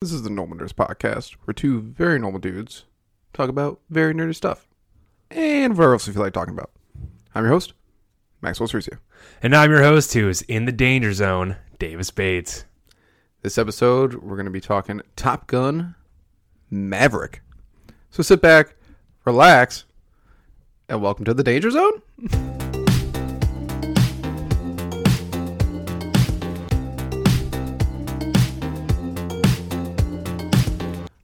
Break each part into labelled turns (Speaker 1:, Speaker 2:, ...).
Speaker 1: This is the Normal Nerds Podcast, where two very normal dudes talk about very nerdy stuff. And whatever else you feel like talking about. I'm your host, Maxwell Cerisio.
Speaker 2: And I'm your host, who is in the danger zone, Davis Bates.
Speaker 1: This episode, we're going to be talking Top Gun Maverick. So sit back, relax, and welcome to the Danger Zone.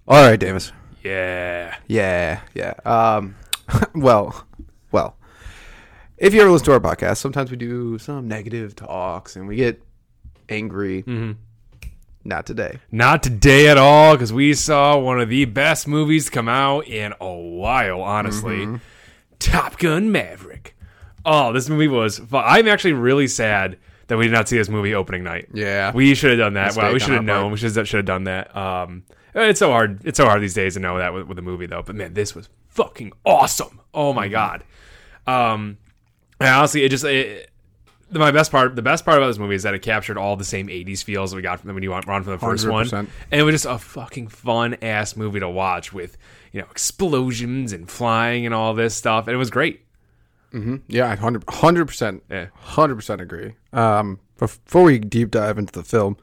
Speaker 1: All right, Davis.
Speaker 2: Yeah.
Speaker 1: Yeah, yeah. Um, well, well. If you ever listen to our podcast, sometimes we do some negative talks and we get angry. Not today.
Speaker 2: Not today at all, because we saw one of the best movies come out in a while, honestly. Top Gun Maverick. Oh, this movie was. fu- I'm actually really sad that we did not see this movie opening night.
Speaker 1: Yeah.
Speaker 2: We should have done that.
Speaker 1: Mistake
Speaker 2: Wow, we
Speaker 1: on
Speaker 2: should have
Speaker 1: our part.
Speaker 2: known. We should have, should have done that. Um, it's so hard. It's so hard these days to know that with, with a movie though. But man, this was fucking awesome. Oh
Speaker 1: Mm-hmm.
Speaker 2: my god. Um, and honestly, it just it, the- my best part. The best part about this movie is that it captured all the same '80s feels that we got from when you went on from the first one,
Speaker 1: 100%.
Speaker 2: and it was just a fucking fun ass movie to watch with you know explosions and flying and all this stuff. And it was great.
Speaker 1: Yeah, I 100 100%.
Speaker 2: Yeah.
Speaker 1: 100% agree. Um, before we deep dive into the film,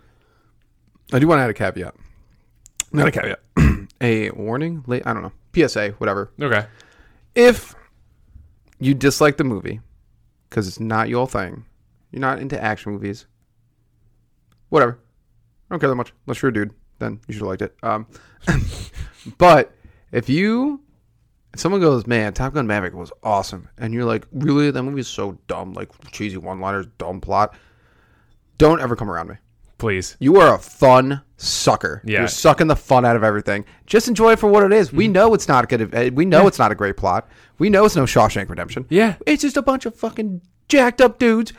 Speaker 1: I do want to add a caveat. Not a caveat. a warning, late, I don't know. PSA, whatever.
Speaker 2: Okay.
Speaker 1: If you dislike the movie because it's not your thing, you're not into action movies, whatever. I don't care that much. Unless you're a dude, then you should have liked it. Um, but if you, if someone goes, man, Top Gun Maverick was awesome, and you're like, really, that movie is so dumb, like cheesy one-liners, dumb plot. Don't ever come around me.
Speaker 2: Please.
Speaker 1: You are a fun sucker.
Speaker 2: Yeah. Mm.
Speaker 1: You're sucking the fun out of everything. Just enjoy it for what it is. We know it's not good. uh, We know it's not a great plot. We know it's no Shawshank Redemption.
Speaker 2: Yeah.
Speaker 1: It's just a bunch of fucking jacked up dudes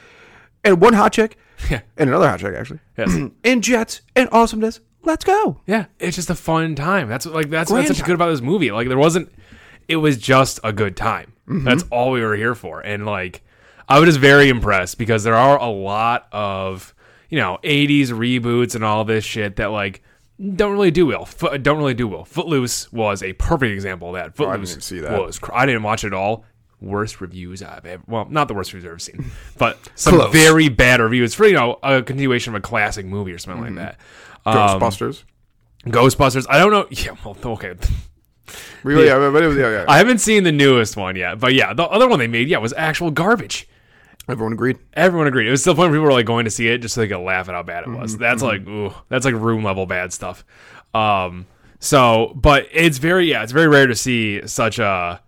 Speaker 1: and one hot chick
Speaker 2: Yeah.
Speaker 1: and another hot chick actually.
Speaker 2: Yes.
Speaker 1: and jets and awesomeness. Let's go.
Speaker 2: Yeah, it's just a fun time. That's what- like that's
Speaker 1: Grand
Speaker 2: that's what's
Speaker 1: time.
Speaker 2: good about this movie. Like there wasn't, it was just a good time.
Speaker 1: Mm-hmm.
Speaker 2: That's all we were here for. And like, I was just very impressed because there are a lot of you know '80s reboots and all this shit that like don't really do well. Fo- don't really do well. Footloose was a perfect example of that. Footloose
Speaker 1: even Oh, see that.
Speaker 2: was. cr- I didn't watch it at all. Worst reviews I've ever well, not the worst reviews I've ever seen, but some
Speaker 1: Close.
Speaker 2: very bad reviews for you know a continuation of a classic movie or something
Speaker 1: Mm-hmm.
Speaker 2: like that. Um,
Speaker 1: Ghostbusters.
Speaker 2: Ghostbusters. I don't know. Yeah, well, okay.
Speaker 1: Really? Yeah. but it was- yeah, yeah.
Speaker 2: I haven't seen the newest one yet, but yeah, the other one they made, yeah, was actual garbage.
Speaker 1: Everyone agreed.
Speaker 2: Everyone agreed. It was still the point where people were like going to see it just so they could laugh at how bad it was.
Speaker 1: Mm-hmm,
Speaker 2: That's like, ooh, that's like room level bad stuff. Um, so, but it's very, yeah, it's very rare to see such a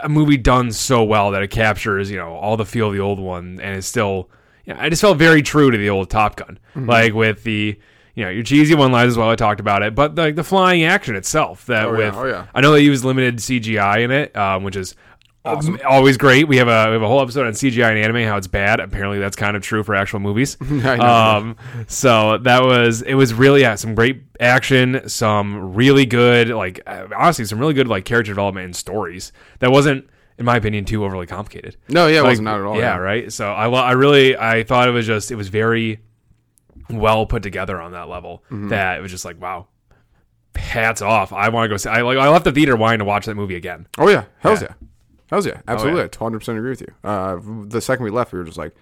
Speaker 2: a movie done so well that it captures, you know, all the feel of the old one and is still, you know, I just felt very true to the old Top Gun.
Speaker 1: Mm-hmm.
Speaker 2: Like with the, you know, your cheesy one lines as well. I talked about it, but like the flying action itself that
Speaker 1: yeah,
Speaker 2: with,
Speaker 1: oh, yeah.
Speaker 2: I know they use limited CGI in it, um, which is um, always great. We have a we have a whole episode on CGI and anime how it's bad. Apparently, that's kind of true for actual movies.
Speaker 1: I know.
Speaker 2: Um, so that was it. Was really yeah, some great action, some really good like uh, honestly, some really good like character development and stories that wasn't, in my opinion, too overly complicated.
Speaker 1: No, yeah, it
Speaker 2: Like,
Speaker 1: wasn't not at all.
Speaker 2: Yeah, right. So I lo- I really I thought it was just it was very well put together on that level
Speaker 1: Mm-hmm.
Speaker 2: that it was just like wow. Hats off! I want to go see. I like. I left the theater wanting to watch that movie again.
Speaker 1: Oh yeah, hell's yeah,
Speaker 2: Yeah.
Speaker 1: hell's yeah, absolutely. I 100% agree with you. Uh, the second we left, we were just like,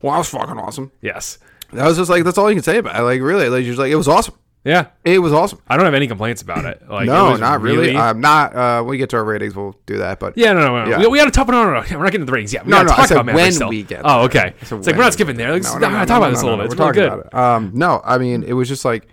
Speaker 1: "Wow, that was fucking awesome."
Speaker 2: Yes.
Speaker 1: That was just like that's all you can say about it. Like really, like you're just like it was awesome.
Speaker 2: Yeah.
Speaker 1: It was awesome.
Speaker 2: I don't have any complaints about it. Like, it
Speaker 1: No,
Speaker 2: was
Speaker 1: not really. I'm not. Uh, when we get to our ratings, we'll do that. But
Speaker 2: yeah, no, no, no. no.
Speaker 1: Yeah.
Speaker 2: We, we had to talk. No, no, no. We're not getting to the ratings yet. We
Speaker 1: No,
Speaker 2: gotta
Speaker 1: no, I
Speaker 2: Talk
Speaker 1: said
Speaker 2: about Maverick
Speaker 1: when
Speaker 2: still.
Speaker 1: we get
Speaker 2: Oh, okay.
Speaker 1: So
Speaker 2: It's like
Speaker 1: when
Speaker 2: we're
Speaker 1: we
Speaker 2: not skipping there. Let's no, talk about this a
Speaker 1: no, no,
Speaker 2: little bit. It's
Speaker 1: We're
Speaker 2: really
Speaker 1: talking
Speaker 2: good.
Speaker 1: about it. Um, no, I mean it was just like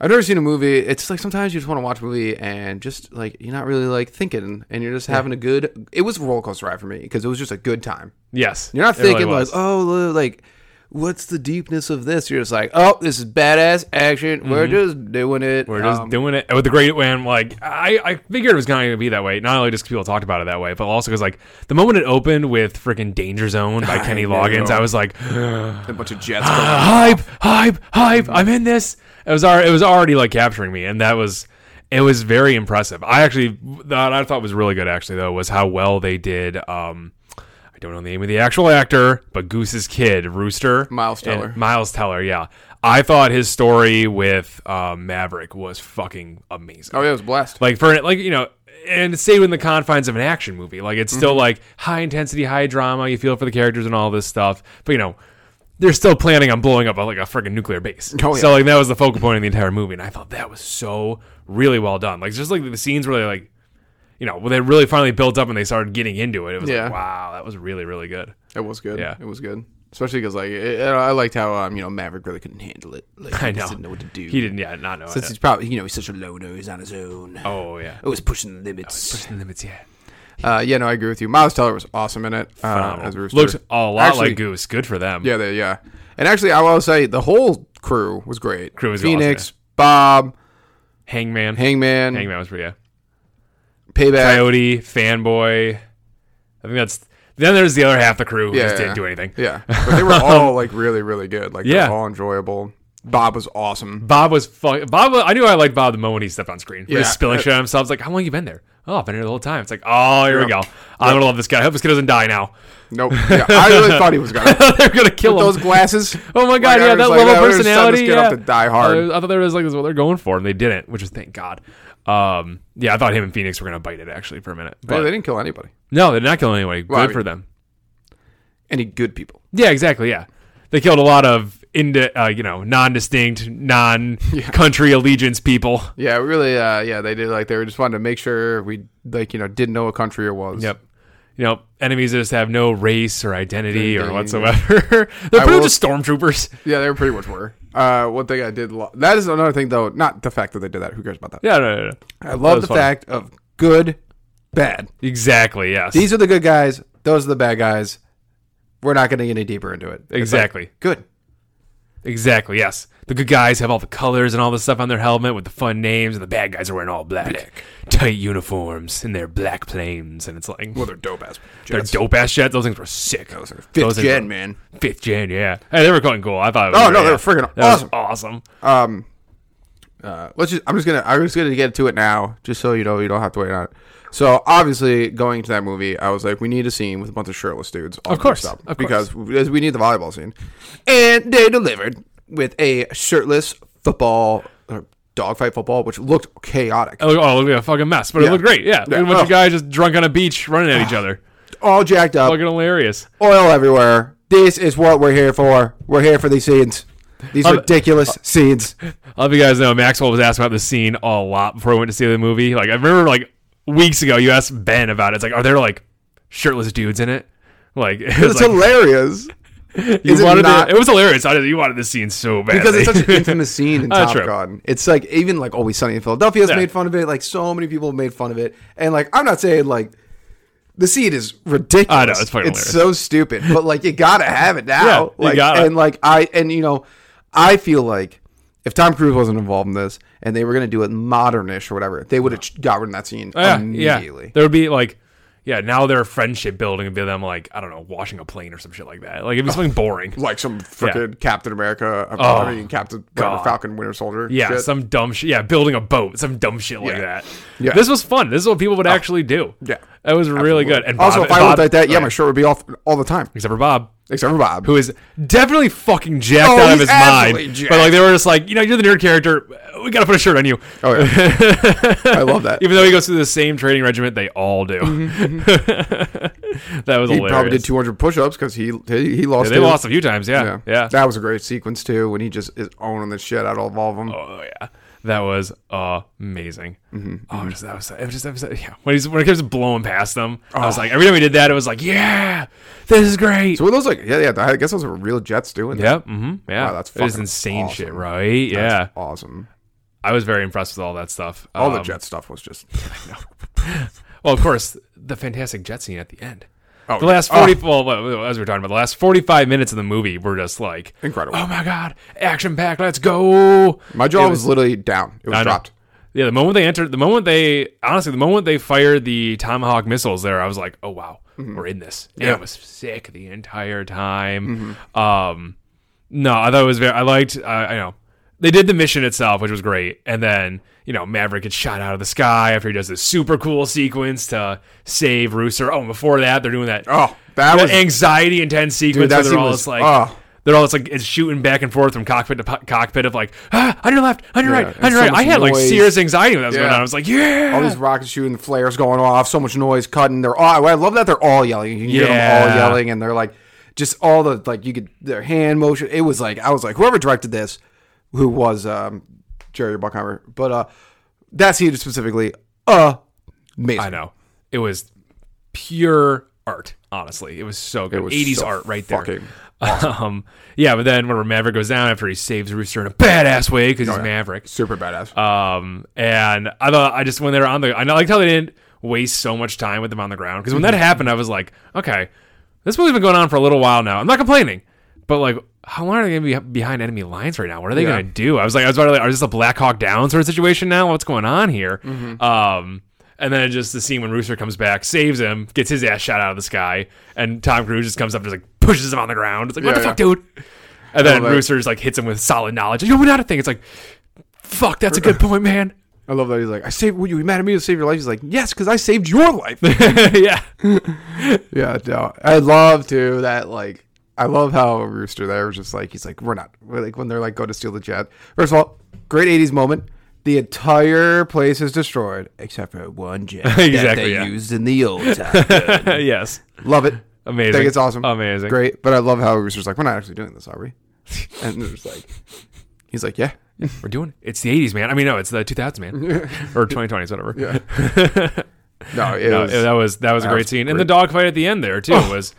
Speaker 1: I've never seen a movie. It's like sometimes you just want to watch a movie and just like you're not really like thinking, and you're just having a good. It was a roller coaster ride for me because it was just a good time.
Speaker 2: Yes,
Speaker 1: You're not
Speaker 2: It really
Speaker 1: thinking like,
Speaker 2: was.
Speaker 1: oh, like, what's the deepness of this? You're just like, oh, this is badass action. We're just doing it.
Speaker 2: Mm-hmm.
Speaker 1: Um,
Speaker 2: We're just doing it with the great when like I, I figured it was going to be that way. Not only just 'cause people talked about it that way, but also because like the moment it opened with freaking Danger Zone by Kenny Loggins,
Speaker 1: know.
Speaker 2: I was like,
Speaker 1: a bunch of jets.
Speaker 2: hype, hype, hype! I'm in this. It was already, it was already like capturing me, and that was it was very impressive. I actually that I thought was really good actually though was how well they did. Um, don't know the name of the actual actor, but Goose's kid, Rooster.
Speaker 1: Miles
Speaker 2: and-
Speaker 1: Teller.
Speaker 2: Miles Teller, yeah. I thought his story with uh, Maverick was fucking amazing.
Speaker 1: Oh, yeah, it was a blast.
Speaker 2: Like for like you know, and stay within the confines of an action movie. Like it's
Speaker 1: Mm-hmm.
Speaker 2: still like high intensity, high drama. You feel for the characters and all this stuff. But you know, they're still planning on blowing up a, like a freaking nuclear base.
Speaker 1: Oh, yeah.
Speaker 2: So like that was the focal point of the entire movie, and I thought that was so really well done. Like just like the scenes where they like. You know, when they really finally built up and they started getting into it, it was
Speaker 1: Yeah.
Speaker 2: like, wow, that was really, really good.
Speaker 1: It was good.
Speaker 2: Yeah.
Speaker 1: it was good. Especially because like it, it- I liked how um you know Maverick really couldn't handle it. Like, he
Speaker 2: I
Speaker 1: just
Speaker 2: know.
Speaker 1: didn't know what to do.
Speaker 2: He didn't, yeah, not know.
Speaker 1: Since
Speaker 2: it.
Speaker 1: he's probably you know he's such a loner. He's on his own.
Speaker 2: Oh yeah,
Speaker 1: Always pushing the limits.
Speaker 2: pushing the limits. Yeah,
Speaker 1: Uh, yeah, no, I agree with you. Miles Teller was awesome in it. Uh,
Speaker 2: Phenomenal.
Speaker 1: as Rooster.
Speaker 2: looks a lot
Speaker 1: Actually-
Speaker 2: like Goose. Good for them.
Speaker 1: Yeah, they, yeah. And actually, I will say the whole crew was great.
Speaker 2: Crew was
Speaker 1: Phoenix, Bob,
Speaker 2: Hangman.
Speaker 1: Hangman,
Speaker 2: Hangman was pretty. Yeah.
Speaker 1: Payback.
Speaker 2: Coyote, fanboy. I think that's. Then there's the other half of the crew who
Speaker 1: Yeah,
Speaker 2: just
Speaker 1: yeah.
Speaker 2: didn't do anything.
Speaker 1: Yeah, but they were all like really, really good. Like
Speaker 2: Yeah.
Speaker 1: they're all enjoyable. Bob was awesome.
Speaker 2: Bob was fuck. Bob, I knew I liked Bob the moment he stepped on screen. He
Speaker 1: Yeah.
Speaker 2: was spilling shit on himself. It's like, how long you been there? Oh, I've been here the whole time. It's like, oh, here we
Speaker 1: Yeah.
Speaker 2: go. I'm gonna love this guy. I hope this guy doesn't die now.
Speaker 1: Nope. Yeah, I really thought he was gonna.
Speaker 2: They're gonna kill him.
Speaker 1: Those glasses.
Speaker 2: oh my god,
Speaker 1: Like, I
Speaker 2: yeah,
Speaker 1: was
Speaker 2: that
Speaker 1: like,
Speaker 2: level
Speaker 1: "Oh,
Speaker 2: of
Speaker 1: they're setting this
Speaker 2: personality.
Speaker 1: kid
Speaker 2: Yeah.
Speaker 1: up to die hard.
Speaker 2: I, was- I thought there was like this is what they're going for, and they didn't, which is thank God. Um, yeah, I thought him and Phoenix were gonna bite it actually for a minute,
Speaker 1: But
Speaker 2: but
Speaker 1: they didn't kill anybody.
Speaker 2: no, they're not killing anybody. Good
Speaker 1: Well, I
Speaker 2: for them.
Speaker 1: Any good people.
Speaker 2: Yeah, exactly. Yeah, they killed a lot of indi- uh, you know non-distinct, non-country allegiance people.
Speaker 1: Yeah, really. Uh, yeah, they did. Like they were just wanted to make sure we like you know didn't know what country it was.
Speaker 2: Yep. You know, enemies that just have no race or identity or
Speaker 1: Identity.
Speaker 2: whatsoever. They're pretty
Speaker 1: will-
Speaker 2: much just stormtroopers.
Speaker 1: Yeah, they were pretty much were. Uh, one thing I did. Lo- that is another thing though. Not the fact that they did that. Who cares about that?
Speaker 2: Yeah, no, no, no.
Speaker 1: I love
Speaker 2: was
Speaker 1: the
Speaker 2: fun.
Speaker 1: fact of good, bad.
Speaker 2: Exactly. Yes.
Speaker 1: These are the good guys. Those are the bad guys. We're not getting any deeper into it. It's like,
Speaker 2: Exactly.
Speaker 1: good.
Speaker 2: Exactly. Yes. The good guys have all the colors and all the stuff on their helmet with the fun names, and the bad guys are wearing all black, tight uniforms and their black planes, and it's like
Speaker 1: Well, they're dope ass.
Speaker 2: they're dope ass jets. Those things were sick. Those are
Speaker 1: Fifth gen, man.
Speaker 2: Fifth gen, yeah. Hey, they were going cool. I thought. It was
Speaker 1: Oh, no,
Speaker 2: great.
Speaker 1: they were friggin'
Speaker 2: That was
Speaker 1: awesome.
Speaker 2: awesome.
Speaker 1: Um, uh, let's just. I'm just gonna. I'm just gonna get to it now, just so you know you don't have to wait on it. So obviously, going to that movie, I was like, we need a scene with a bunch of shirtless dudes. All
Speaker 2: Of course,
Speaker 1: dressed up,
Speaker 2: of
Speaker 1: because because we need the volleyball scene, and they delivered with a shirtless football or dogfight football, which looked chaotic.
Speaker 2: It looked, oh, it looked like a fucking mess, but
Speaker 1: Yeah.
Speaker 2: it looked great. Yeah,
Speaker 1: Yeah.
Speaker 2: a bunch
Speaker 1: Oh.
Speaker 2: of guys just drunk on a beach running at each other.
Speaker 1: All jacked up,
Speaker 2: Fucking hilarious.
Speaker 1: oil everywhere. This is what we're here for. We're here for these scenes. These
Speaker 2: Um,
Speaker 1: ridiculous
Speaker 2: uh,
Speaker 1: scenes.
Speaker 2: I'll let you guys know. Maxwell was asked about this scene a lot before I went to see the movie. Like I remember, like weeks ago, you asked Ben about it. It's like, are there like shirtless dudes in it? Like it was
Speaker 1: It's
Speaker 2: like,
Speaker 1: hilarious
Speaker 2: you
Speaker 1: is it
Speaker 2: wanted it,
Speaker 1: not-
Speaker 2: it was hilarious. I did, you wanted this scene so bad
Speaker 1: because it's such an infamous scene in
Speaker 2: That's
Speaker 1: Top
Speaker 2: Uh, true.
Speaker 1: Gun. It's like even like Always Sunny in Philadelphia has
Speaker 2: Yeah.
Speaker 1: made fun of it. Like so many people have made fun of it, and like I'm not saying like the scene is ridiculous.
Speaker 2: I know, it's fucking hilarious.
Speaker 1: so stupid, but like you gotta have it now.
Speaker 2: Yeah, you
Speaker 1: like
Speaker 2: gotta.
Speaker 1: and like I and you know I feel like. If Tom Cruise wasn't involved in this and they were going to do it modernish or whatever, they would have got rid of that scene
Speaker 2: Oh, yeah,
Speaker 1: immediately.
Speaker 2: yeah. There would be like. Yeah, now they're friendship building would be them like I don't know, washing a plane or some shit like that. Like it'd be something boring.
Speaker 1: like some freaking Captain America, I mean, Captain whatever,
Speaker 2: Oh, God.
Speaker 1: Falcon Winter Soldier.
Speaker 2: Yeah,
Speaker 1: shit.
Speaker 2: some dumb shit. Yeah, building a boat, some dumb shit like
Speaker 1: Yeah.
Speaker 2: that.
Speaker 1: Yeah. Oh.
Speaker 2: This was fun. This is what people would actually do.
Speaker 1: Yeah.
Speaker 2: That was really good. And Bob,
Speaker 1: also, if I looked
Speaker 2: Bob-
Speaker 1: like that, yeah,
Speaker 2: okay.
Speaker 1: my shirt would be off all the time,
Speaker 2: Except for Bob,
Speaker 1: except for Bob,
Speaker 2: who is definitely fucking jacked
Speaker 1: Oh,
Speaker 2: out
Speaker 1: he's
Speaker 2: of his
Speaker 1: absolutely
Speaker 2: mind.
Speaker 1: jacked.
Speaker 2: But like they were just like, you know, you're the nerd character. We gotta put a shirt on you.
Speaker 1: Oh yeah, I love that.
Speaker 2: Even though he goes through the same training regiment, they all do. that was
Speaker 1: Mm-hmm, he
Speaker 2: hilarious.
Speaker 1: probably did 200 push-ups because he, he he lost.
Speaker 2: They
Speaker 1: his.
Speaker 2: lost a few times. Yeah, yeah.
Speaker 1: That was a great sequence too when he just is owning the shit out of all of them.
Speaker 2: Oh yeah, that was amazing.
Speaker 1: Mm-hmm,
Speaker 2: Oh, just that was it was just, it was, yeah. When he's when it comes to blowing past them, I was like every time we did that, it was like yeah, this is great.
Speaker 1: Oh. So were those like yeah yeah? I guess those were real Jets doing. that.
Speaker 2: yeah, hmm yeah.
Speaker 1: Wow, that's
Speaker 2: it was
Speaker 1: fucking
Speaker 2: insane shit,
Speaker 1: awesome.
Speaker 2: right? yeah,
Speaker 1: awesome.
Speaker 2: I was very impressed with all that stuff.
Speaker 1: All the
Speaker 2: Um,
Speaker 1: Jet stuff was just
Speaker 2: Well, of course, the fantastic jet scene at the end.
Speaker 1: Oh,
Speaker 2: the last
Speaker 1: yeah.
Speaker 2: forty, well, as we were talking about, the last forty-five minutes of the movie were just like
Speaker 1: Incredible.
Speaker 2: Oh my god, action packed! Let's go.
Speaker 1: my jaw
Speaker 2: It
Speaker 1: was, literally down. It was
Speaker 2: I know.
Speaker 1: dropped.
Speaker 2: Yeah, the moment they entered, the moment they honestly, the moment they fired the Tomahawk missiles there, I was like, oh wow, we're in this.
Speaker 1: Mm-hmm.
Speaker 2: And
Speaker 1: Yeah. Mm-hmm.
Speaker 2: it was sick the entire time. Um, no, I thought it was very. I liked. I, I know they did the mission itself, which was great, and then you know Maverick gets shot out of the sky after he does this super cool sequence to save Rooster. Oh, and before that, they're doing that.
Speaker 1: Oh, That
Speaker 2: the
Speaker 1: was-
Speaker 2: anxiety intense sequence
Speaker 1: that
Speaker 2: where they're
Speaker 1: scene
Speaker 2: all
Speaker 1: was-
Speaker 2: just like
Speaker 1: oh.
Speaker 2: they're all just like it's shooting back and forth from cockpit to po- cockpit of like ah, on your left, on your
Speaker 1: Yeah,
Speaker 2: right,
Speaker 1: and
Speaker 2: on your
Speaker 1: so
Speaker 2: right. I
Speaker 1: much
Speaker 2: had like
Speaker 1: noise.
Speaker 2: serious anxiety when that was going
Speaker 1: Yeah.
Speaker 2: on. I was like, yeah,
Speaker 1: all these rockets shooting, the flares going off, so much noise cutting. They're all. I love that they're all yelling. You can hear them all
Speaker 2: Yeah.
Speaker 1: yelling, and they're like, just all the like you could their hand motion. It was like I was like whoever directed this, who was um, Jerry Buckheimer, but uh, that scene specifically, uh, amazing.
Speaker 2: I know. It was pure art, honestly. It was so good.
Speaker 1: was
Speaker 2: 80s
Speaker 1: so
Speaker 2: art right there.
Speaker 1: fucking
Speaker 2: Um, yeah, but then whenever Maverick goes down after he saves Rooster in a badass way because
Speaker 1: Oh,
Speaker 2: he's Maverick.
Speaker 1: Super badass.
Speaker 2: Um, and I thought I just when they were on the, I know- I liked how they didn't waste so much time with them on the ground because when
Speaker 1: Mm-hmm.
Speaker 2: that happened, I was like, okay, this movie's been going on for a little while now. I'm not complaining, but like, how long are they going to be behind enemy lines right now? What are they
Speaker 1: Yeah.
Speaker 2: going to do? I was like, I was about to, like, are this a Black Hawk Down sort of situation now? What's going on here?
Speaker 1: Mm-hmm.
Speaker 2: Um. And then just the scene when Rooster comes back, saves him, gets his ass shot out of the sky, and Tom Cruise just comes up and just like pushes him on the ground. It's like, what
Speaker 1: Yeah,
Speaker 2: the fuck, dude? And then
Speaker 1: love it.
Speaker 2: Rooster just like hits him with solid knowledge. You know, not a thing. It's like, fuck, that's a good point, man.
Speaker 1: I love that he's like, I saved. Were you mad at me to save your life? He's like, yes, because I saved your life.
Speaker 2: yeah.
Speaker 1: Yeah, no. I love too that like I love how Rooster there was just like he's like we're not we're like when they're like going to steal the jet. First of all, great '80s moment. The entire place is destroyed except for one jet that
Speaker 2: Exactly,
Speaker 1: they
Speaker 2: yeah.
Speaker 1: used in the old time.
Speaker 2: yes.
Speaker 1: love it.
Speaker 2: Amazing.
Speaker 1: Think it's awesome.
Speaker 2: Amazing.
Speaker 1: Great. But I love how Rooster's like we're not actually doing this, are we? And they're just like he's like yeah.
Speaker 2: We're doing it. It's the 80s, man. I mean, no, it's the 2000s, man. or 2020s, whatever. Yeah.
Speaker 1: No, it was,
Speaker 2: that was that was a great
Speaker 1: was Oh.
Speaker 2: scene. And the dogfight at the end there too was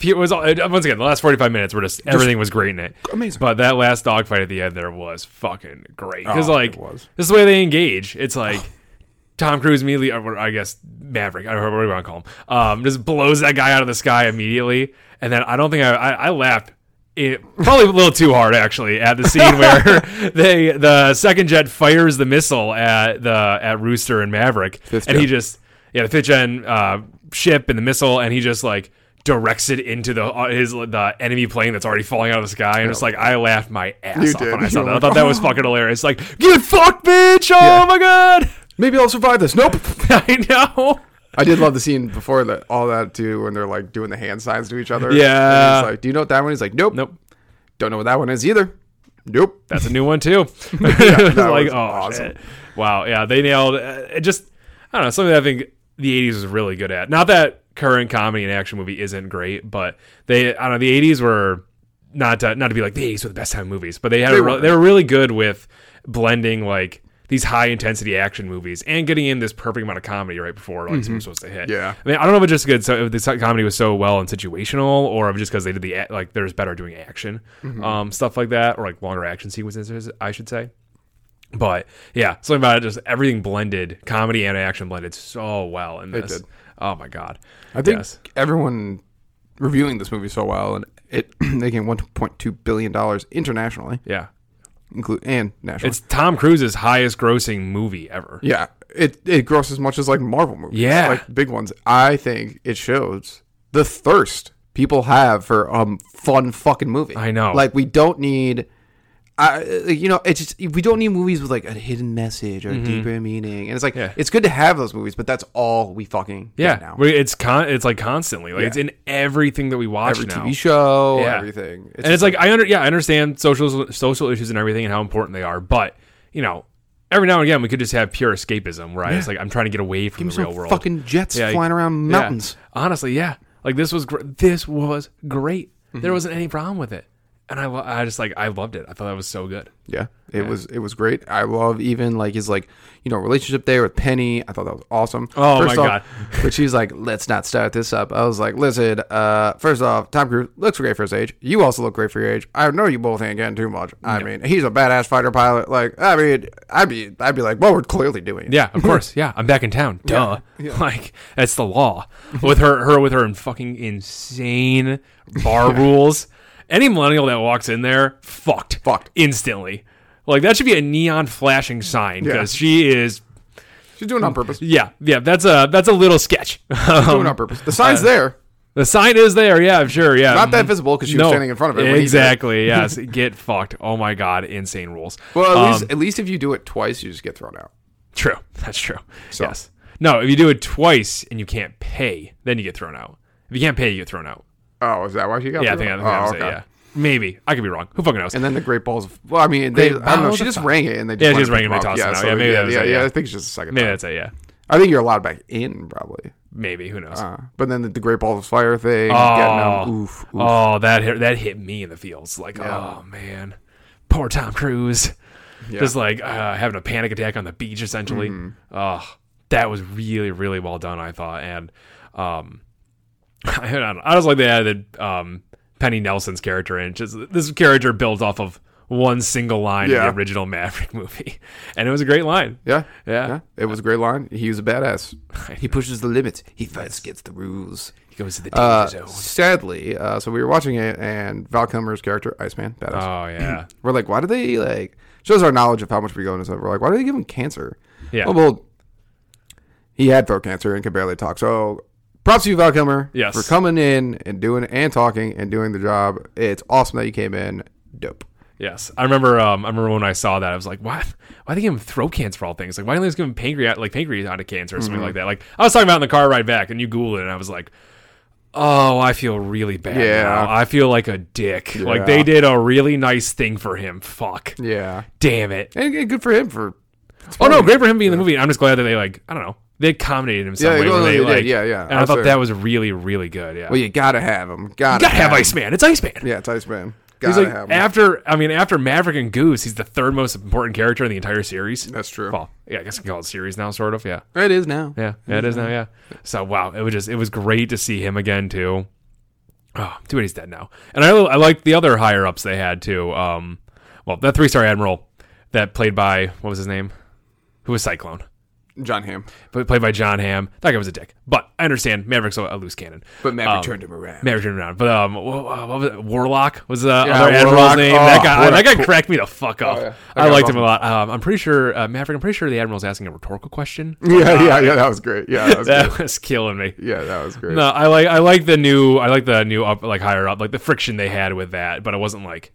Speaker 2: it was all- uh, once again the last 45 minutes were just everything was great in it.
Speaker 1: amazing.
Speaker 2: But that last dogfight at the end there was fucking great cuz
Speaker 1: Oh,
Speaker 2: like
Speaker 1: it was.
Speaker 2: this is the way they engage. It's like Tom Cruise immediately, or I guess Maverick, I don't know what do you want to call him, um, just blows that guy out of the sky immediately. And then I don't think I, I, I laughed it, probably a little too hard actually at the scene where they the second jet fires the missile at the at Rooster and Maverick,
Speaker 1: Fifth
Speaker 2: and he
Speaker 1: jet.
Speaker 2: just yeah the fifth gen uh, ship and the missile, and he just like directs it into the uh, his the enemy plane that's already falling out of the sky, and it's like I laughed my ass
Speaker 1: You
Speaker 2: off
Speaker 1: did.
Speaker 2: when I
Speaker 1: You
Speaker 2: saw
Speaker 1: were
Speaker 2: that. I
Speaker 1: like,
Speaker 2: thought that was fucking hilarious. Like get fucked, bitch! Oh my god.
Speaker 1: maybe I'll survive this. Nope.
Speaker 2: I know.
Speaker 1: I did love the scene before that, all that too, when they're like doing the hand signs to each other.
Speaker 2: Yeah.
Speaker 1: And he's like, do you know what that one? is?" He's like, nope,
Speaker 2: Nope.
Speaker 1: Don't know what that one is either. Nope.
Speaker 2: That's a new one too.
Speaker 1: that
Speaker 2: like,
Speaker 1: was
Speaker 2: oh,
Speaker 1: awesome.
Speaker 2: shit. Wow. Yeah, they nailed uh, it. Just I don't know something that I think the '80s was really good at. Not that current comedy and action movie isn't great, but they I don't know the '80s were not to, not to be like the '80s were the best time movies, but they had a re-
Speaker 1: were.
Speaker 2: they were really good with blending like these high intensity action movies and getting in this perfect amount of comedy right before
Speaker 1: Mm-hmm.
Speaker 2: like someone was supposed to hit.
Speaker 1: Yeah.
Speaker 2: I mean, I don't know if it's just good. So if the comedy was so well and situational, or if just because they did the a- like, there's better at doing action,
Speaker 1: Mm-hmm.
Speaker 2: um, stuff like that, or like longer action sequences, I should say. But yeah, something about it. Just everything blended, comedy and action blended so well in this.
Speaker 1: did.
Speaker 2: Oh my god!
Speaker 1: I think
Speaker 2: Yes.
Speaker 1: everyone reviewing this movie so well, and it making one point two billion dollars internationally,
Speaker 2: Yeah,
Speaker 1: include and nationally.
Speaker 2: it's Tom Cruise's highest grossing movie ever.
Speaker 1: yeah, it it grosses as much as like Marvel movies,
Speaker 2: Yeah.
Speaker 1: like big ones. I think it shows the thirst people have for um fun fucking movie.
Speaker 2: I know.
Speaker 1: like we don't need. I, you know, it's just we don't need movies with like a hidden message or a deeper meaning, and it's like
Speaker 2: Mm-hmm. Yeah.
Speaker 1: it's good to have those movies, but that's all we fucking get
Speaker 2: Yeah,
Speaker 1: now.
Speaker 2: we- it's con- it's like constantly, like it's in everything that we watch
Speaker 1: Every
Speaker 2: now.
Speaker 1: TV show,
Speaker 2: Yeah.
Speaker 1: everything. It's
Speaker 2: and it's like I under yeah I understand social social issues and everything and how important they are, but you know every now and again we could just have pure escapism where I was like I'm trying to get away from the
Speaker 1: some
Speaker 2: real world.
Speaker 1: Fucking jets
Speaker 2: Yeah,
Speaker 1: flying around
Speaker 2: Yeah.
Speaker 1: mountains.
Speaker 2: Honestly, yeah. Like this was gr- this was great.
Speaker 1: Mm-hmm.
Speaker 2: There wasn't any problem with it, and I lo- I just like I loved it. I thought that was so good.
Speaker 1: Yeah. It was it was great. I love even like his like you know relationship there with Penny. I thought that was awesome.
Speaker 2: Oh, my God.
Speaker 1: But she's like, let's not start this up. I was like, listen. Uh, first off, Tom Cruise looks great for his age. You also look great for your age. I know you both ain't getting too much. I mean, he's a badass fighter pilot. Like, I mean, I'd be I'd be like, well, we're clearly doing it.
Speaker 2: Yeah, of course. Yeah, I'm back in town. Duh. Like that's the law with her her with her fucking insane bar rules. Any millennial that walks in there, fucked,
Speaker 1: Fucked.
Speaker 2: instantly. Like that should be a neon flashing sign because she is.
Speaker 1: She's doing it on purpose. She's
Speaker 2: Yeah, yeah. That's a that's a little sketch. Um,
Speaker 1: doing it on purpose. The
Speaker 2: Uh,
Speaker 1: sign's there.
Speaker 2: The sign is there. Yeah, I'm sure. Yeah,
Speaker 1: Not that visible because she was standing in front of it. when he did it.
Speaker 2: Exactly. yes. Get fucked. Oh my god. Insane rules.
Speaker 1: Well, at least,
Speaker 2: Um,
Speaker 1: at least if you do it twice, you just get thrown out.
Speaker 2: true. That's true. Yes. No, if you do it twice and you can't pay, then you get thrown out. If you can't pay, you get thrown out.
Speaker 1: Oh, is that why she got?
Speaker 2: Yeah, I
Speaker 1: thrown?
Speaker 2: think, I think
Speaker 1: Oh,
Speaker 2: that's
Speaker 1: okay.
Speaker 2: it. Yeah, maybe I could be wrong. Who fucking knows?
Speaker 1: And then the great balls. Of, well, I mean, they,
Speaker 2: Great
Speaker 1: I don't know.
Speaker 2: ball
Speaker 1: She
Speaker 2: of
Speaker 1: just
Speaker 2: fire.
Speaker 1: rang it and they just
Speaker 2: Yeah, she just
Speaker 1: wanted
Speaker 2: rang it
Speaker 1: to
Speaker 2: and they
Speaker 1: come
Speaker 2: tossed
Speaker 1: up.
Speaker 2: it out.
Speaker 1: so
Speaker 2: Yeah, maybe
Speaker 1: yeah,
Speaker 2: that was
Speaker 1: yeah,
Speaker 2: it,
Speaker 1: yeah.
Speaker 2: yeah.
Speaker 1: I think it's just the second
Speaker 2: maybe
Speaker 1: time.
Speaker 2: that's it. Yeah,
Speaker 1: I think you're allowed back in probably.
Speaker 2: maybe who knows?
Speaker 1: Uh, but then the, the great balls of fire thing. getting
Speaker 2: oh,
Speaker 1: them, oof, oof.
Speaker 2: oh, that hit, that hit me in the feels. Like,
Speaker 1: Yeah.
Speaker 2: oh man, poor Tom Cruise.
Speaker 1: Yeah. Mm-hmm.
Speaker 2: Just like uh, having a panic attack on the beach, essentially. Oh, that was really, really well done. I thought, and um, I, don't know. I was like they added um, Penny Nelson's character in. Just this character built off of one single line
Speaker 1: Yeah.
Speaker 2: in the original Maverick movie, and it was a great line.
Speaker 1: yeah,
Speaker 2: Yeah.
Speaker 1: yeah. It was a great line. He was a badass. He pushes the limits. He fights against the rules.
Speaker 2: He goes to the danger
Speaker 1: Uh,
Speaker 2: zone.
Speaker 1: sadly, uh, so we were watching it, and Val Kilmer's character, Iceman, badass.
Speaker 2: Oh yeah,
Speaker 1: we're like, why do they like? Shows our knowledge of how much we go into stuff. We're like, why do they give him cancer?
Speaker 2: yeah.
Speaker 1: Oh, well, he had throat cancer and could barely talk. So props to you, Val Kilmer,
Speaker 2: Yes.
Speaker 1: for coming in and doing and talking and doing the job. It's awesome that you came in. Dope.
Speaker 2: Yes, I remember. Um, I remember when I saw that, I was like, "Why? Why they give him throat cancer for all things? Like, why didn't they just give him pancreatic, like pancreatic cancer or
Speaker 1: Mm-hmm.
Speaker 2: something like that?" Like, I was talking about it in the car ride back, and you googled it, and I was like, "Oh, I feel really bad.
Speaker 1: Yeah.
Speaker 2: now. I feel like a dick.
Speaker 1: Yeah.
Speaker 2: Like they did a really nice thing for him. Fuck,
Speaker 1: Yeah,
Speaker 2: damn it.
Speaker 1: and, and good for him for.
Speaker 2: Oh no, great for him being in the movie. I'm just glad that they like, I don't know, they accommodated him some
Speaker 1: Yeah,
Speaker 2: way.
Speaker 1: well,
Speaker 2: where they,
Speaker 1: they did.
Speaker 2: like,
Speaker 1: Yeah, yeah.
Speaker 2: And I thought
Speaker 1: Absolutely.
Speaker 2: that was really, really good. Yeah,
Speaker 1: Well, you gotta have him. Gotta,
Speaker 2: you gotta have
Speaker 1: him.
Speaker 2: Iceman. It's Iceman.
Speaker 1: Yeah, it's Iceman.
Speaker 2: He's
Speaker 1: Gotta
Speaker 2: like
Speaker 1: have him.
Speaker 2: after I mean after Maverick and Goose, he's the third most important character in the entire series.
Speaker 1: That's true.
Speaker 2: Well, yeah, I guess you can call it series now, sort of. Yeah,
Speaker 1: It is now.
Speaker 2: yeah, yeah it is now. Yeah. So wow, it was just it was great to see him again too. Oh, too bad he's dead now. And I I liked the other higher ups they had too. Um, well, that three star admiral that played by what was his name, who was Cyclone,
Speaker 1: John Hamm,
Speaker 2: but played by John Hamm. That guy was a dick. But I understand Maverick's a, a loose cannon.
Speaker 1: but Maverick
Speaker 2: Um,
Speaker 1: turned him around.
Speaker 2: Maverick turned around. But um, what, what was it? Warlock was the other
Speaker 1: Warlock.
Speaker 2: admiral's name.
Speaker 1: Oh,
Speaker 2: that guy,
Speaker 1: what a
Speaker 2: that guy
Speaker 1: cool- Oh,
Speaker 2: cracked me the fuck up.
Speaker 1: yeah. That
Speaker 2: I
Speaker 1: guy
Speaker 2: liked
Speaker 1: was
Speaker 2: him a lot. Um, I'm pretty sure uh, Maverick. I'm pretty sure the admiral's asking a rhetorical question.
Speaker 1: yeah,
Speaker 2: Uh,
Speaker 1: yeah, yeah. That was great. Yeah, that was great.
Speaker 2: That was killing me.
Speaker 1: Yeah, that was great.
Speaker 2: No, I like I like the new I like the new up like higher up like the friction they had with that, but it wasn't like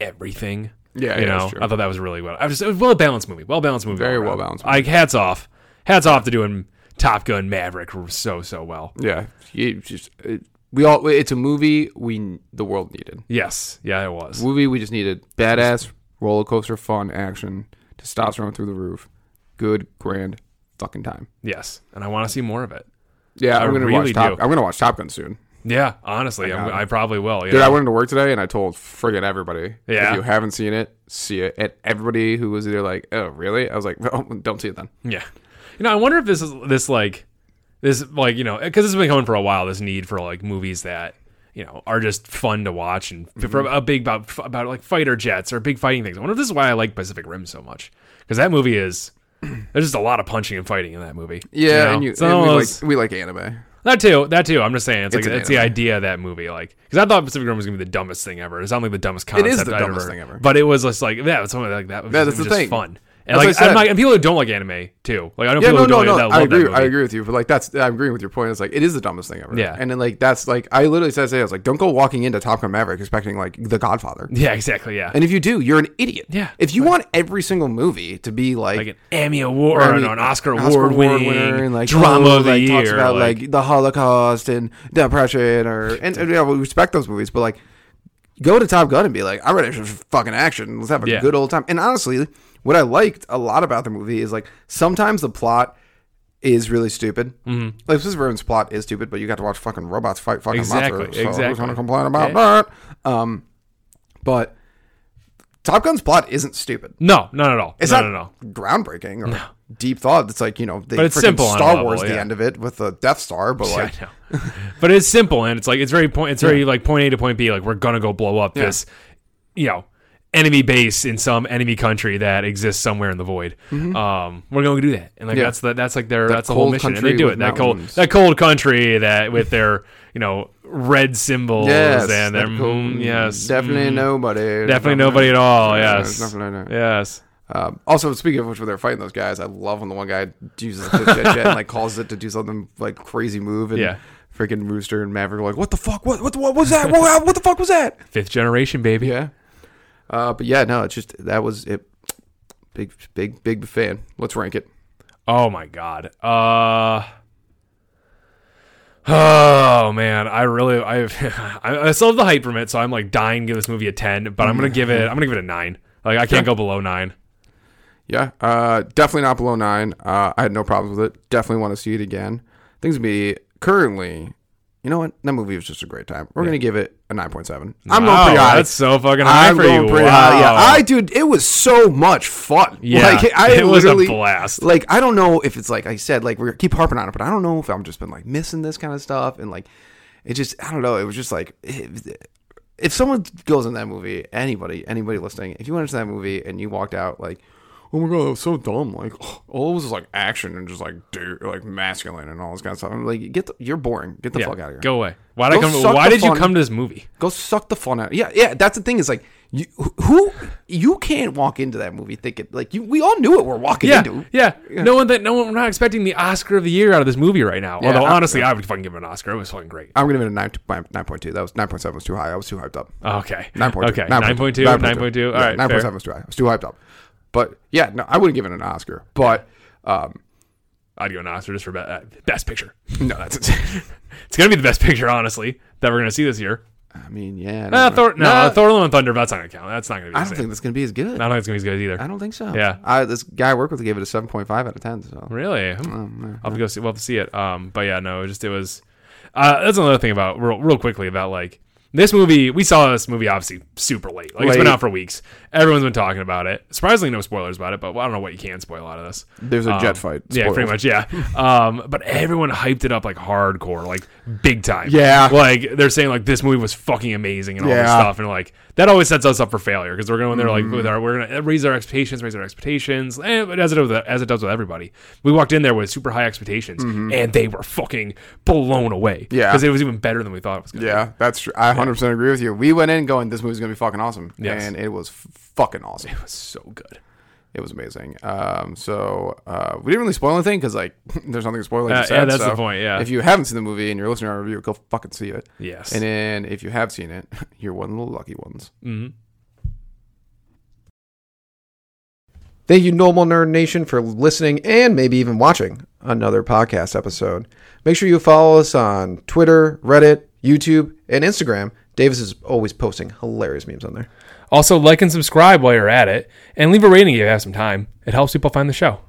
Speaker 2: everything.
Speaker 1: Yeah,
Speaker 2: you
Speaker 1: yeah,
Speaker 2: know,
Speaker 1: that's true.
Speaker 2: I thought that was really well. I was it was a well balanced movie, well balanced movie,
Speaker 1: Very
Speaker 2: all around.
Speaker 1: well-balanced
Speaker 2: Like hats off, hats off to doing Top Gun Maverick so so well.
Speaker 1: Yeah, you just it, we all. It's a movie we the world needed.
Speaker 2: Yes, yeah, it was.
Speaker 1: Movie we just needed badass roller coaster fun action testosterone through the roof. Good grand fucking time.
Speaker 2: Yes, and I want to see more of it.
Speaker 1: Yeah,
Speaker 2: I
Speaker 1: I'm gonna
Speaker 2: really
Speaker 1: watch Top.
Speaker 2: do.
Speaker 1: I'm gonna watch Top Gun soon.
Speaker 2: Yeah, honestly, I'm, I probably will. You
Speaker 1: Dude,
Speaker 2: know?
Speaker 1: I went into work today and I told friggin' everybody.
Speaker 2: Yeah.
Speaker 1: If you haven't seen it, see it. And everybody who was either like, "Oh, really?" I was like, "Oh, don't see it then."
Speaker 2: yeah, you know, I wonder if this is this like this like you know because it's been coming for a while. This need for like movies that you know are just fun to watch and
Speaker 1: Mm-hmm.
Speaker 2: for a big about about like fighter jets or big fighting things. I wonder if this is why I like Pacific Rim so much because that movie is. There's just a lot of punching and fighting in that movie.
Speaker 1: Yeah,
Speaker 2: know?
Speaker 1: and you
Speaker 2: It's one
Speaker 1: and
Speaker 2: of
Speaker 1: we
Speaker 2: those-
Speaker 1: like we like anime.
Speaker 2: That too. That too. I'm just saying. It's,
Speaker 1: It's
Speaker 2: like
Speaker 1: an
Speaker 2: it's the
Speaker 1: anime.
Speaker 2: idea of that movie. Like because I thought Pacific Rim was gonna be the dumbest thing ever. It sounded like the dumbest concept.
Speaker 1: is the
Speaker 2: I'd
Speaker 1: dumbest
Speaker 2: ever,
Speaker 1: thing ever.
Speaker 2: But it was just like that. was something like that. Was
Speaker 1: Yeah, that's
Speaker 2: just, it was
Speaker 1: the
Speaker 2: just
Speaker 1: thing.
Speaker 2: Fun. And
Speaker 1: That's what I
Speaker 2: like I'm
Speaker 1: said.
Speaker 2: not, and people who don't like anime too. Like I know
Speaker 1: Yeah,
Speaker 2: people
Speaker 1: no, no,
Speaker 2: who don't
Speaker 1: no.
Speaker 2: like that love
Speaker 1: I agree.
Speaker 2: that movie.
Speaker 1: I agree with you. But like, that's I'm agreeing with your point. It's like it is the dumbest thing ever.
Speaker 2: Yeah.
Speaker 1: And then like that's like I literally said today, I was like, don't go walking into Top Gun Maverick expecting like The Godfather.
Speaker 2: Yeah, exactly. Yeah,
Speaker 1: And if you do, you're an idiot.
Speaker 2: Yeah.
Speaker 1: If you want every single movie to be like,
Speaker 2: like an Emmy Award or,
Speaker 1: I mean,
Speaker 2: an Oscar Award winning
Speaker 1: winner
Speaker 2: drama
Speaker 1: oh,
Speaker 2: of the
Speaker 1: like,
Speaker 2: year,
Speaker 1: talks about like, the Holocaust and depression, or and, and yeah, we respect those movies, but like go to Top Gun and be like, I read it for fucking action. Let's have a
Speaker 2: Yeah.
Speaker 1: good old time. And honestly, what I liked a lot about the movie is like sometimes the plot is really stupid. Mm-hmm. Like Pacific Rim's plot is stupid, but you got to watch fucking robots fight fucking
Speaker 2: Exactly,
Speaker 1: monsters. So Who's
Speaker 2: exactly.
Speaker 1: gonna complain about that? Um, but Top Gun's plot isn't stupid.
Speaker 2: no, not at all.
Speaker 1: It's
Speaker 2: no,
Speaker 1: not
Speaker 2: no, no.
Speaker 1: groundbreaking or deep thought. It's like you know, they
Speaker 2: But it's
Speaker 1: freaking
Speaker 2: simple on a
Speaker 1: Star
Speaker 2: level,
Speaker 1: Wars the
Speaker 2: yeah.
Speaker 1: end of it with the Death Star, but like
Speaker 2: Yeah, I know. but it's simple and it's like it's very point. It's very like point A to point B. Like we're gonna go blow up this, you know, enemy base in some enemy country that exists somewhere in the void. Um, we're gonna do that, and like
Speaker 1: Mm-hmm. Yeah.
Speaker 2: that's the that's like their that's the whole
Speaker 1: cold
Speaker 2: mission, and
Speaker 1: country
Speaker 2: they do
Speaker 1: with
Speaker 2: it. That cold
Speaker 1: mountains.
Speaker 2: that cold country that with their you know red symbols
Speaker 1: yes,
Speaker 2: and their
Speaker 1: that cool-
Speaker 2: mm, yes
Speaker 1: definitely nobody,
Speaker 2: definitely nobody at all.
Speaker 1: Yeah,
Speaker 2: Yes,
Speaker 1: there's nothing I know.
Speaker 2: yes.
Speaker 1: Um, also, speaking of which, when they're fighting those guys, I love when the one guy uses the jet, jet and like calls it to do something like crazy move and.
Speaker 2: Yeah.
Speaker 1: Freaking Rooster and Maverick are like, what the fuck? What what, what was that? What, what the fuck was that?
Speaker 2: Fifth generation, baby.
Speaker 1: Yeah. Uh, but yeah, no, it's just that was it. Big, big, big fan. Let's rank it.
Speaker 2: Oh my god. Uh Oh man, I really I I I still have the hype from it, so I'm like dying to give this movie a ten, but I'm gonna give it I'm gonna give it a nine. Like I can't go below nine.
Speaker 1: Yeah, uh, definitely not below nine. Uh, I had no problems with it. Definitely want to see it again. Things be currently, you know what? That movie was just a great time. We're gonna give it a nine point seven. I'm
Speaker 2: Wow,
Speaker 1: going pretty high.
Speaker 2: That's so fucking high
Speaker 1: I'm
Speaker 2: for
Speaker 1: going
Speaker 2: you.
Speaker 1: pretty
Speaker 2: wow.
Speaker 1: high. Yeah, I dude, it was so much fun.
Speaker 2: Yeah,
Speaker 1: like, I
Speaker 2: it was a
Speaker 1: literally-
Speaker 2: blast.
Speaker 1: Like I don't know if it's like I said, like we keep harping on it, but I don't know if I'm just been like missing this kind of stuff and like it just I don't know. It was just like. It, if someone goes in that movie, anybody, anybody listening, if you went into that movie and you walked out like, oh my god, that was so dumb, like all it was is like action and just like dude, like masculine and all this kind of stuff. I'm like, get the, you're boring, get the
Speaker 2: Yeah,
Speaker 1: fuck out of here,
Speaker 2: Go away. Why'd I
Speaker 1: Go
Speaker 2: come
Speaker 1: suck
Speaker 2: why
Speaker 1: the
Speaker 2: did you
Speaker 1: fun.
Speaker 2: come to this movie?
Speaker 1: go suck the fun out. Yeah, yeah, that's the thing is like, you who you can't walk into that movie thinking like you. We all knew what we're walking
Speaker 2: Yeah,
Speaker 1: into.
Speaker 2: yeah, No one that no one. We're not expecting the Oscar of the year out of this movie right now. Although
Speaker 1: I-
Speaker 2: honestly, I would fucking give it an Oscar. It was fucking great.
Speaker 1: I'm gonna give it a nine nine point two. That was nine point seven was too high. I was too hyped up.
Speaker 2: Okay.
Speaker 1: Nine point two.
Speaker 2: Okay. Nine point two. Nine point two. All right.
Speaker 1: Nine point
Speaker 2: fair.
Speaker 1: seven was too high. I was too hyped up. But yeah, no, I wouldn't give it an Oscar. But um,
Speaker 2: I'd go an Oscar just for be- uh, best picture.
Speaker 1: no, that's insane.
Speaker 2: It's gonna be the best picture, honestly, that we're gonna see this year.
Speaker 1: I mean, yeah. I
Speaker 2: Uh,
Speaker 1: don't know.
Speaker 2: Thor, no,
Speaker 1: Nah,
Speaker 2: Thor: Love and Thunder. That's not gonna count. That's not gonna be.
Speaker 1: I
Speaker 2: The
Speaker 1: don't
Speaker 2: same.
Speaker 1: think that's gonna be as good.
Speaker 2: I don't think it's gonna be as good either.
Speaker 1: I don't think so.
Speaker 2: Yeah.
Speaker 1: I, this guy I work with gave it a seven point five out of ten. So
Speaker 2: Really? Hmm. I'll have to go see. We'll have to see it. Um, but yeah, no, it just it was. Uh, that's another thing about real, real quickly about like this movie. We saw this movie obviously super late. Like it's been
Speaker 1: Late.
Speaker 2: out for weeks. Everyone's been talking about it. Surprisingly, no spoilers about it. But I don't know what you can spoil out of this.
Speaker 1: there's a
Speaker 2: Um,
Speaker 1: jet fight.
Speaker 2: Yeah, pretty
Speaker 1: Spoilers.
Speaker 2: much. Yeah. Um, but everyone hyped it up like hardcore, like big time.
Speaker 1: Yeah.
Speaker 2: Like they're saying like this movie was fucking amazing and all this
Speaker 1: Yeah. Mm-hmm.
Speaker 2: stuff, and like that always sets us up for failure because we're going there like with our we're gonna raise our expectations, raise our expectations, eh, but as it does with- as it does with everybody. We walked in there with super high expectations, and they were fucking blown away.
Speaker 1: Mm-hmm. Yeah.
Speaker 2: because it was even better than we thought it was. gonna
Speaker 1: Yeah, that's true. I 100 percent agree with you. We went in going, this movie's gonna be fucking awesome,
Speaker 2: Yes.
Speaker 1: and it was f- fucking awesome.
Speaker 2: be. It was so good.
Speaker 1: It was amazing. Um, so uh, we didn't really spoil anything because like there's nothing to spoil. Like you
Speaker 2: Uh,
Speaker 1: said,
Speaker 2: yeah, that's
Speaker 1: so
Speaker 2: the point. Yeah.
Speaker 1: If you haven't seen the movie and you're listening to our review, go fucking see it.
Speaker 2: yes.
Speaker 1: And then if you have seen it, you're one of the lucky ones.
Speaker 2: Mhm.
Speaker 3: Thank you, Normal Nerd Nation, for listening and maybe even watching another podcast episode. Make sure you follow us on Twitter, Reddit, YouTube, and Instagram. Davis is always posting hilarious memes on there.
Speaker 2: Also, like and subscribe while you're at it, and leave a rating if you have some time. It helps people find the show.